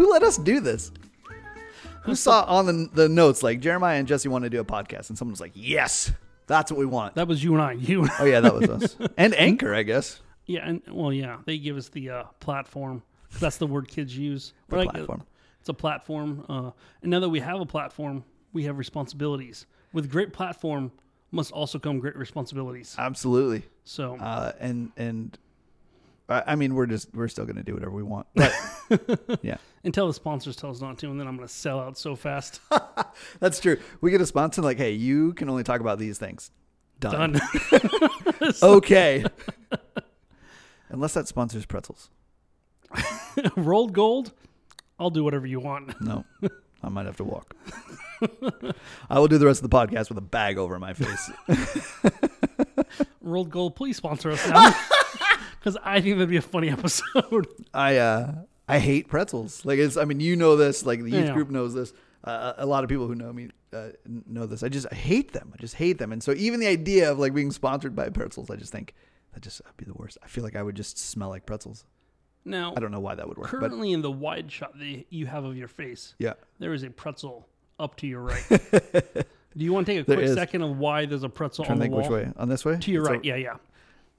Oh, let us do this? Who saw on the, the notes like Jeremiah and Jesse want to do a podcast, and someone was like, "Yes, that's what we want." That was you and I. You. and I. Oh yeah, that was us and Anchor, I guess. Yeah, and well, yeah, they give us the uh, platform. That's the word kids use. The We're like, platform. It's a platform, uh, and now that we have a platform, we have responsibilities. With great platform must also come great responsibilities. Absolutely. So Uh, and and I, I mean, we're just we're still gonna do whatever we want. But yeah, until the sponsors tell us not to, and then I'm going to sell out so fast. that's true. We get a sponsor like, "Hey, you can only talk about these things." Done. Done. Okay. Unless that sponsors pretzels. Rolled gold. I'll do whatever you want. No, I might have to walk. I will do the rest of the podcast with a bag over my face. Rolled gold. Please sponsor us now. Because I think that'd be a funny episode. I uh, I hate pretzels. Like it's. I mean, you know this. Like the youth Yeah. group knows this. Uh, a lot of people who know me uh, n- know this. I just I hate them. I just hate them. And so even the idea of like being sponsored by pretzels, I just think that just would be the worst. I feel like I would just smell like pretzels. Now, I don't know why that would work, but currently in the wide shot that you have of your face, yeah. there is a pretzel up to your right. do you want to take a There quick is. second of why there's a pretzel Trying to on the think wall? which way on this way To your It's right. over- yeah, yeah.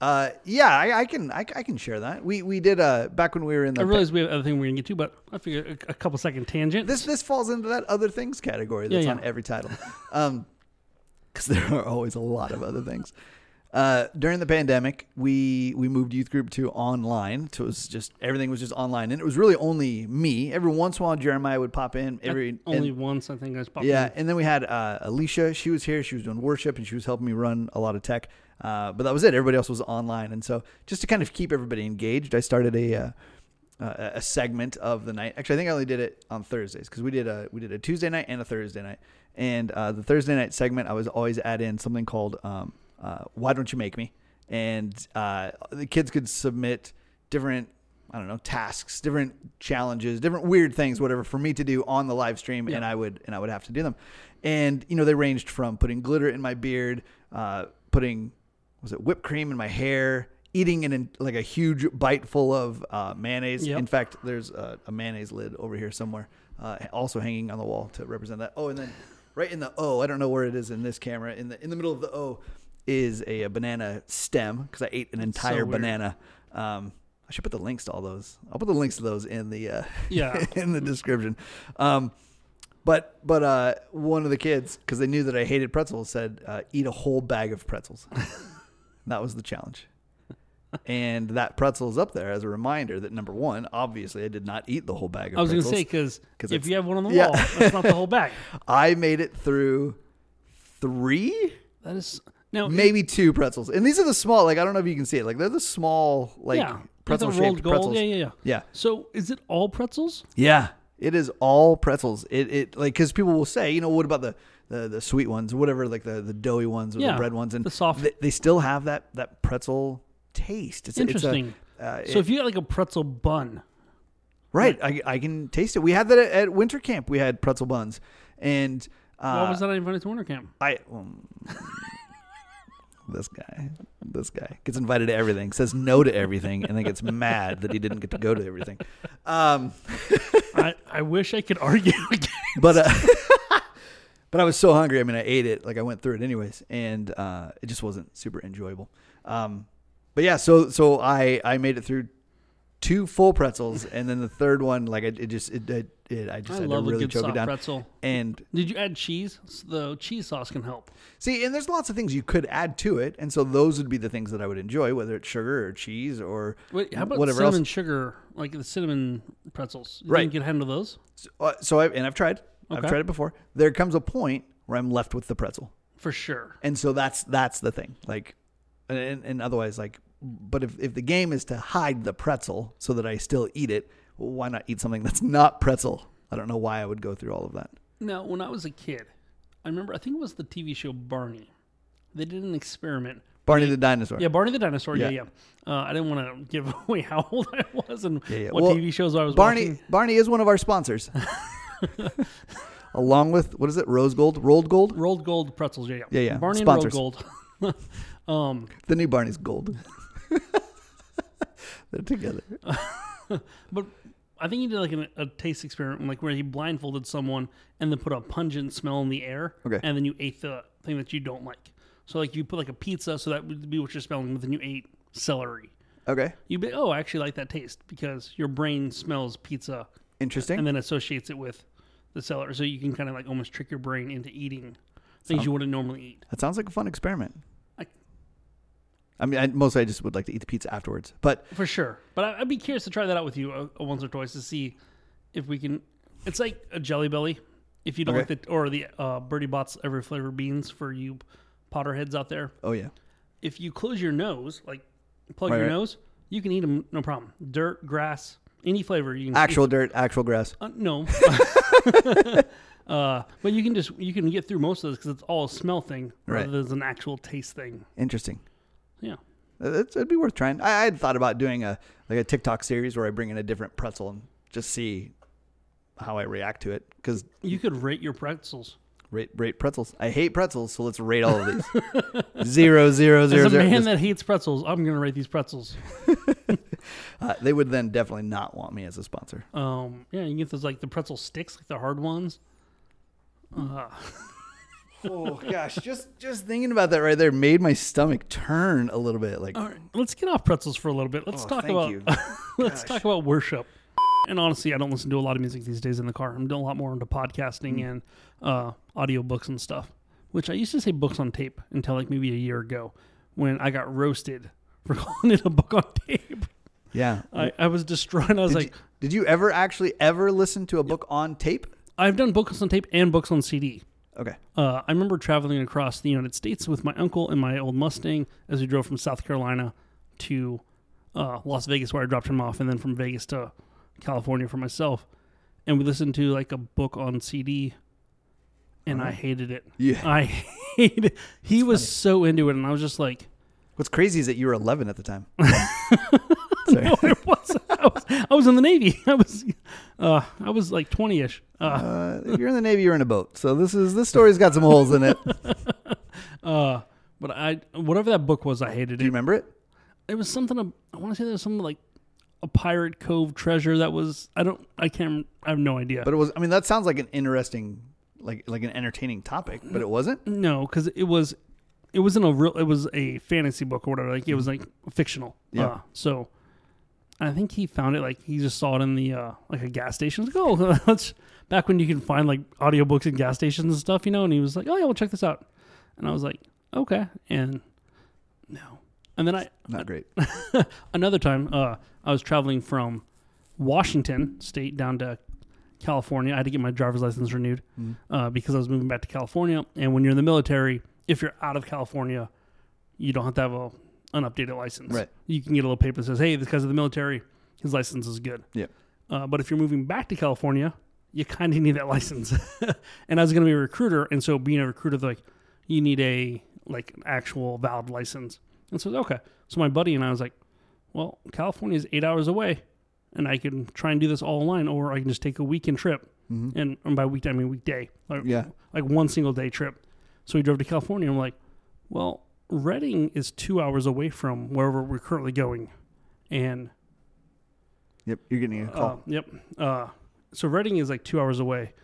Uh, yeah, I, I can I, I can share that. We we did uh back when we were in the I pa- realize we have other thing we're gonna get to, but I figure a, a couple second tangent. this this falls into that other things category that's yeah. on every title um because there are always a lot of other things uh during the pandemic we we moved youth group to online so it was just everything was just online and it was really only me every once in a while jeremiah would pop in every only and- once I think I was popping. yeah and then we had uh alicia she was here she was doing worship and she was helping me run a lot of tech uh, but that was it. Everybody else was online, and so just to kind of keep everybody engaged, I started a uh, uh, a segment of the night. Actually, I think I only did it on Thursdays because we did a we did a Tuesday night and a Thursday night. And uh, the Thursday night segment, I was always add in something called um, uh, "Why Don't You Make Me," and uh, the kids could submit different. I don't know tasks, different challenges, different weird things, whatever, for me to do on the live stream, and I would and I would have to do them, and you know they ranged from putting glitter in my beard, uh, putting was it whipped cream in my hair, eating an like a huge bite full of uh, mayonnaise. Yep. In fact, there's a, a mayonnaise lid over here somewhere, uh, also hanging on the wall to represent that. Oh, and then right in the O, I don't know where it is in this camera. In the in the middle of the O is a, a banana stem because I ate an so entire weird. banana. Um, I should put the links to all those. I'll put the links to those in the uh, Yeah. in the description. Um, but but uh, one of the kids, because they knew that I hated pretzels, said, uh, "Eat a whole bag of pretzels." that was the challenge, and that pretzel is up there as a reminder that number one, obviously, I did not eat the whole bag. of I was gonna pretzels. say because 'Cause if it's- you have one on the yeah. wall, that's not the whole bag. I made it through three, That is now maybe two pretzels, and these are the small. Like I don't know if you can see it. Like they're the small, like yeah, Like the pretzel rolled shaped gold. pretzels. Yeah, yeah, yeah. yeah. So is it all pretzels? Yeah, it is all pretzels. It it like because people will say, you know, what about the the, the sweet ones or whatever, like the, the doughy ones or Yeah, the bread ones, and the soft- They, they still have that that pretzel taste. It's Interesting. It's a, uh, so if you got like a pretzel bun, right, I, I can taste it. We had that at, at winter camp. We had pretzel buns, and why uh, was that invited to Winter Camp? I. Um, This guy, this guy gets invited to everything, says no to everything, and then gets mad that he didn't get to go to everything. Um, I, I wish I could argue. again. but uh, but I was so hungry. I mean, I ate it like I went through it anyways, and uh, it just wasn't super enjoyable. Um, but yeah, so so I I made it through two full pretzels, and then the third one like it, it just it, it, it I just I had love to a really good choke it soft down. pretzel. And Did you add cheese? So the cheese sauce can help. see, and there's lots of things you could add to it, and so those would be the things that I would enjoy, whether it's sugar or cheese or Wait, how about whatever cinnamon else. sugar, like the cinnamon pretzels? You Right. think You can handle those. So, uh, so I and I've tried, I've Okay. tried it before. There comes a point where I'm left with the pretzel. For sure. And so that's that's the thing. Like, and, and otherwise, like, but if, if the game is to hide the pretzel so that I still eat it, well, why not eat something that's not pretzel? I don't know why I would go through all of that. Now, when I was a kid, I remember, I think it was the TV show Barney. They did an experiment. Barney the dinosaur. Yeah, Barney the dinosaur. Yeah, Yeah. yeah. Uh, I didn't want to give away how old I was and yeah. what Well, TV shows I was Barney watching. Barney is one of our sponsors, along with what is it? Rose Gold, Rolled Gold. Rolled gold pretzels. Yeah, yeah. Yeah, yeah. Barney Sponsors. and rolled gold. um, The new Barney's Gold. They're together. but I think he did like an, a taste experiment, like where he blindfolded someone and then put a pungent smell in the air. Okay. And then you ate the thing that you don't like. So like you put like a pizza, so that would be what you're smelling, but then you ate celery. Okay. You'd be oh, I actually like that taste because your brain smells pizza Interesting. and then associates it with the celery, so you can kind of like almost trick your brain into eating things you wouldn't normally eat. that sounds like a fun experiment. I- I mean, I, mostly I just would like to eat the pizza afterwards. But For sure. But I, I'd be curious to try that out with you uh, once or twice to see if we can. It's like a Jelly Belly. If you don't Okay. like the or the uh, Birdie Bots every flavor beans for you Potterheads out there, oh yeah, if you close your nose, like plug Right, your right. nose, you can eat them no problem. Dirt, grass, any flavor you can. actual dirt, actual grass. uh, no. uh, but you can just you can get through most of this because it's all a smell thing Right. rather than an actual taste thing. Interesting. Uh, Yeah. It's, it'd be worth trying. I, I had thought about doing a like a TikTok series where I bring in a different pretzel and just see how I react to it. Because You could rate your pretzels. rate, rate pretzels. I hate pretzels, so let's rate all of these. zero, zero, zero, As a zero. man Just- that hates pretzels, I'm gonna rate these pretzels. uh, they would then definitely not want me as a sponsor. Um, yeah, you can get those like the pretzel sticks, like the hard ones. Uh, oh gosh, just just thinking about that right there made my stomach turn a little bit. Like, all right, let's get off pretzels for a little bit. Let's Oh, Oh, talk thank about you. let's Gosh. talk about worship. And honestly, I don't listen to a lot of music these days in the car. I'm doing a lot more into podcasting Hmm. and uh, audiobooks and stuff, which I used to say books on tape until like maybe a year ago when I got roasted for calling it a book on tape. yeah. I, I was destroyed. I was Did, like, you, did you ever actually ever listen to a book on tape? I've done books on tape and books on CD. Okay. uh, I remember traveling across the United States with my uncle and my old Mustang as we drove from South Carolina to uh, Las Vegas, where I dropped him off, and then from Vegas to California for myself. And we listened to like a book on CD, and I hated it. Yeah. I hated it. He was so into it, and I was just like, What's crazy is that you were 11 at the time. Sorry. no, Oh, it wasn't. I was, I was in the Navy. I was, uh, I was like 20 ish. Uh, Uh, if you're in the Navy, you're in a boat. So this is this story's got some holes in it. Do uh, but I, whatever that book was, I hated you it. remember it? it was something ab- I want to say there was something like a pirate cove treasure that was I don't I can't I have no idea. But it was. I mean, that sounds like an interesting, like like an entertaining topic, but it wasn't. no, because it was it wasn't a real it was a fantasy book or whatever. Like it was like fictional. Mm-hmm. Yeah. Uh, so I think he found it like he just saw it in the uh like a gas station. He's like, oh, let's back when you can find like audiobooks at gas stations and stuff, you know. And he was like, oh yeah, we'll check this out. And I was like, okay, and no. And then I Not great. another time uh, i was traveling from washington state down to california i had to get my driver's license renewed uh, because i was moving back to california and when you're in the military if you're out of california you don't have to have a, an updated license Right. you can get a little paper that says hey this guy's in the military his license is good Yeah. uh, but if you're moving back to California, you kind of need that license. and I was going to be a recruiter, and so being a recruiter, they're like you need a like an actual valid license. And so I was, okay, so my buddy and I was like, well, California is eight hours away, and I can try and do this all online, or I can just take a weekend trip, and, and by weekend I mean weekday, like, Mm-hmm. Yeah. like one single day trip. So we drove to California. I'm like, well, Reading is two hours away from wherever we're currently going, and Yep. You're getting a call. uh, yep. Uh, so Reading is like two hours away,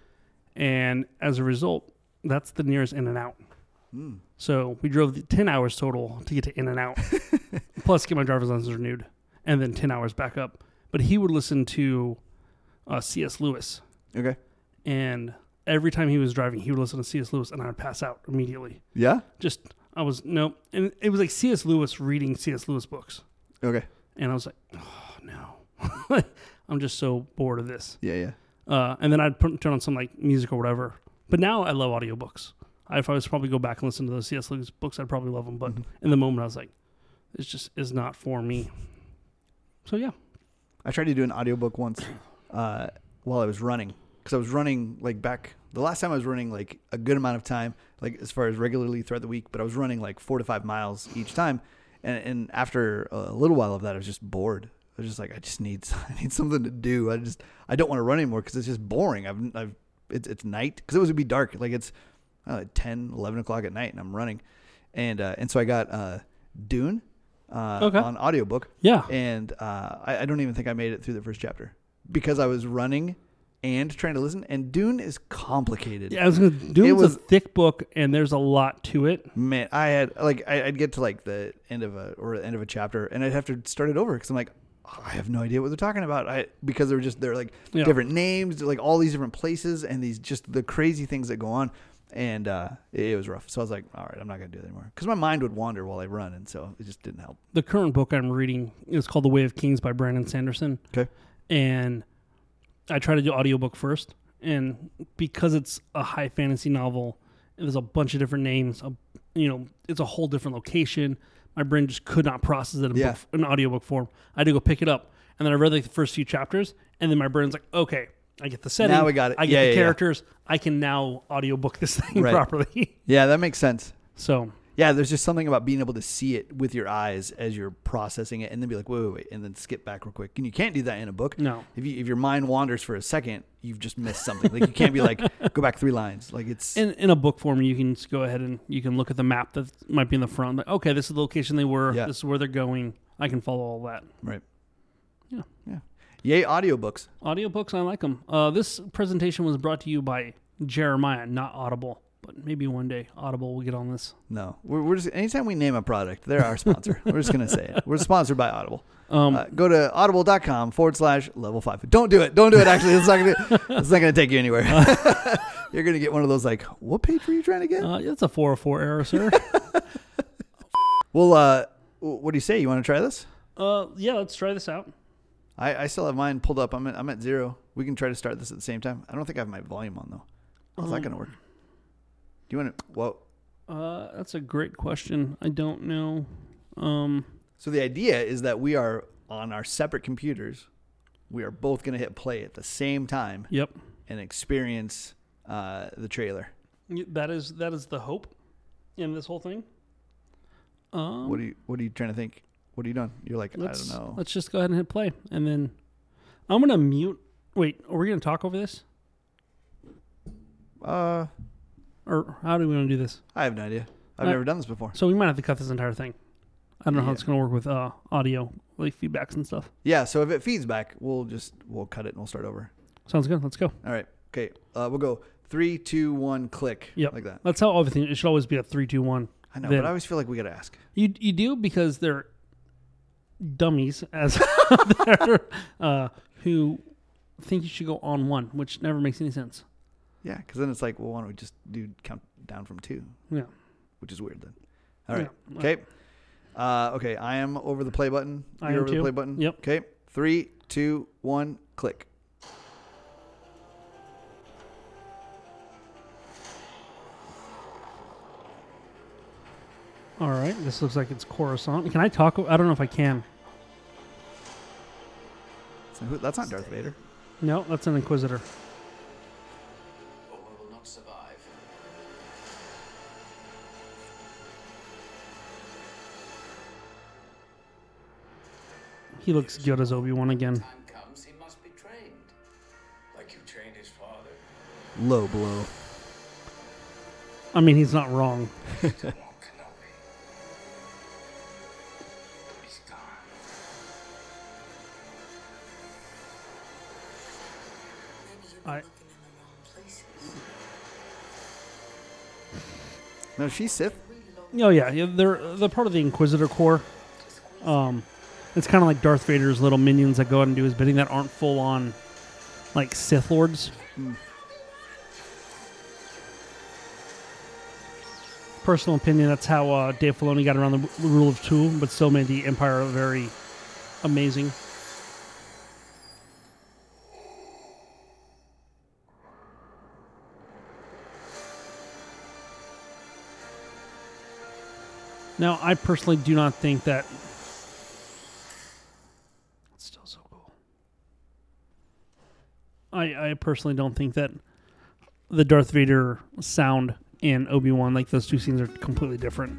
and as a result, that's the nearest In and Out. Hmm. So we drove the ten hours total to get to In and Out, plus get my driver's license renewed, and then ten hours back up. But he would listen to uh, C.S. Lewis, okay. and every time he was driving, he would listen to C.S. Lewis, and I would pass out immediately. Yeah. Just I was no, and it was like C.S. Lewis reading C.S. Lewis books, Okay. and I was like, oh no, I'm just so bored of this Yeah. Yeah. uh, and then I'd put, turn on some like music or whatever. But now I love audiobooks. I, if I was probably go back and listen to those C.S. Lewis books, I'd probably love them. But in the moment, I was like, this just is not for me. So yeah, I tried to do an audiobook once uh, while I was running because I was running like back the last time I was running like a good amount of time like as far as regularly throughout the week, but I was running like four to five miles each time, and, and after a little while of that, I was just bored. I was just like, I just need I need something to do. I just I don't want to run anymore because it's just boring. I've I've it's it's night because it was gonna be dark like it's uh, 10, 11 o'clock at night and I'm running, and uh, and so I got uh, Dune uh, Okay. on audiobook yeah. uh, and uh, I, I don't even think I made it through the first chapter. because I was running and trying to listen. And Dune is complicated. Yeah, I was gonna, Dune's was- a thick book, and there's a lot to it. Man, I had like I, I'd get to like the end of a or the end of a chapter, and I'd have to start it over because I'm like, "Oh, I have no idea what they're talking about. I because they're just they're like Yeah. different names, like all these different places, and these just the crazy things that go on, and uh, it, it was rough. So I was like, all right, I'm not gonna do that anymore because my mind would wander while I run, and so it just didn't help. The current book I'm reading is called The Way of Kings by Brandon Sanderson. Okay, and I try to do audiobook first. And because it's a high fantasy novel, there's a bunch of different names. A, you know, it's a whole different location. My brain just could not process it in Yeah. book, an audiobook form. I had to go pick it up, and then I read like the first few chapters, and then my brain's like, okay, I get the setting. Now we got it. I get Yeah, the yeah, yeah. characters. I can now audiobook this thing Right. properly. yeah, that makes sense. so Yeah, there's just something about being able to see it with your eyes as you're processing it, and then be like, wait, wait, wait, and then skip back real quick. And you can't do that in a book. No. if you, if your mind wanders for a second, you've just missed something. Like you can't be like, go back three lines. Like it's in, in a book form, you can just go ahead and you can look at the map that might be in the front. Like, okay, this is the location they were. Yeah. This is where they're going. I can follow all that. right. Yeah. yeah. Yay, audiobooks. Audiobooks, I like them. Uh, this presentation was brought to you by Jeremiah, not Audible, but maybe one day Audible will get on this. No, we're, we're just anytime we name a product, they're our sponsor. we're just gonna say it. We're sponsored by Audible. Um, Uh, go to audible.com forward slash level five. Don't do it. Don't do it. Actually, it's not gonna. It's not gonna take you anywhere. You're gonna get one of those like, what page were you trying to get? uh, that's a 404 error, sir. Well, uh, w- what do you say? You want to try this? uh, yeah, let's try this out. I, I still have mine pulled up. I'm at, I'm at zero. We can try to start this at the same time. I don't think I have my volume on though. How's Um, that gonna work? Do you want to? Well, Uh, that's a great question. I don't know. Um, so the idea is that we are on our separate computers. We are both gonna hit play at the same time yep, and experience uh, the trailer. Y- that is that is the hope in this whole thing. Um, What are you What are you trying to think? What are you doing? You're like, let's, I don't know. Let's just go ahead and hit play, and then I'm gonna mute. Wait, are we gonna talk over this, Uh, or how do we want to do this? I have no idea. I've Uh, never done this before. So we might have to cut this entire thing. I don't know how Yeah. it's going to work with uh, audio, like feedbacks and stuff. Yeah. So if it feeds back, we'll just we'll cut it and we'll start over. Sounds good. Let's go. All right. Okay. Uh, we'll go three, two, one, click. Yep. Like that. That's how everything. It should always be a three, two, one. I know, Then- but I always feel like we gotta ask. You you do because they're dummies as out there uh, who think you should go on one, which never makes any sense. Yeah, because then it's like, well, why don't we just do count down from two, Yeah. which is weird then. All right. Yeah. Okay. Uh, okay. I am over the play button. I You're am over the too. play button. Yep. Okay. Three, two, one, click. All right. This looks like it's Coruscant. Can I talk? o- I don't know if I can. So who, that's not Darth Vader. No, that's an Inquisitor. or will not survive. He looks good as Obi Wan again. Time comes, he must be trained. like you trained his father. Low blow. I mean, he's not wrong. Obi-Wan Kenobi. He's gone. Maybe you've I- been looking in the wrong places. No, she's Sith. Oh yeah, yeah, they're they're part of the Inquisitor Corps. Um, it's kind of like Darth Vader's little minions that go out and do his bidding that aren't full on, like Sith lords. Personal opinion: That's how uh, Dave Filoni got around the w- rule of two, but still made the Empire very amazing. Now, I personally do not think that. It's still so cool. I, I personally don't think that the Darth Vader sound and Obi Wan, like those two scenes, are completely different.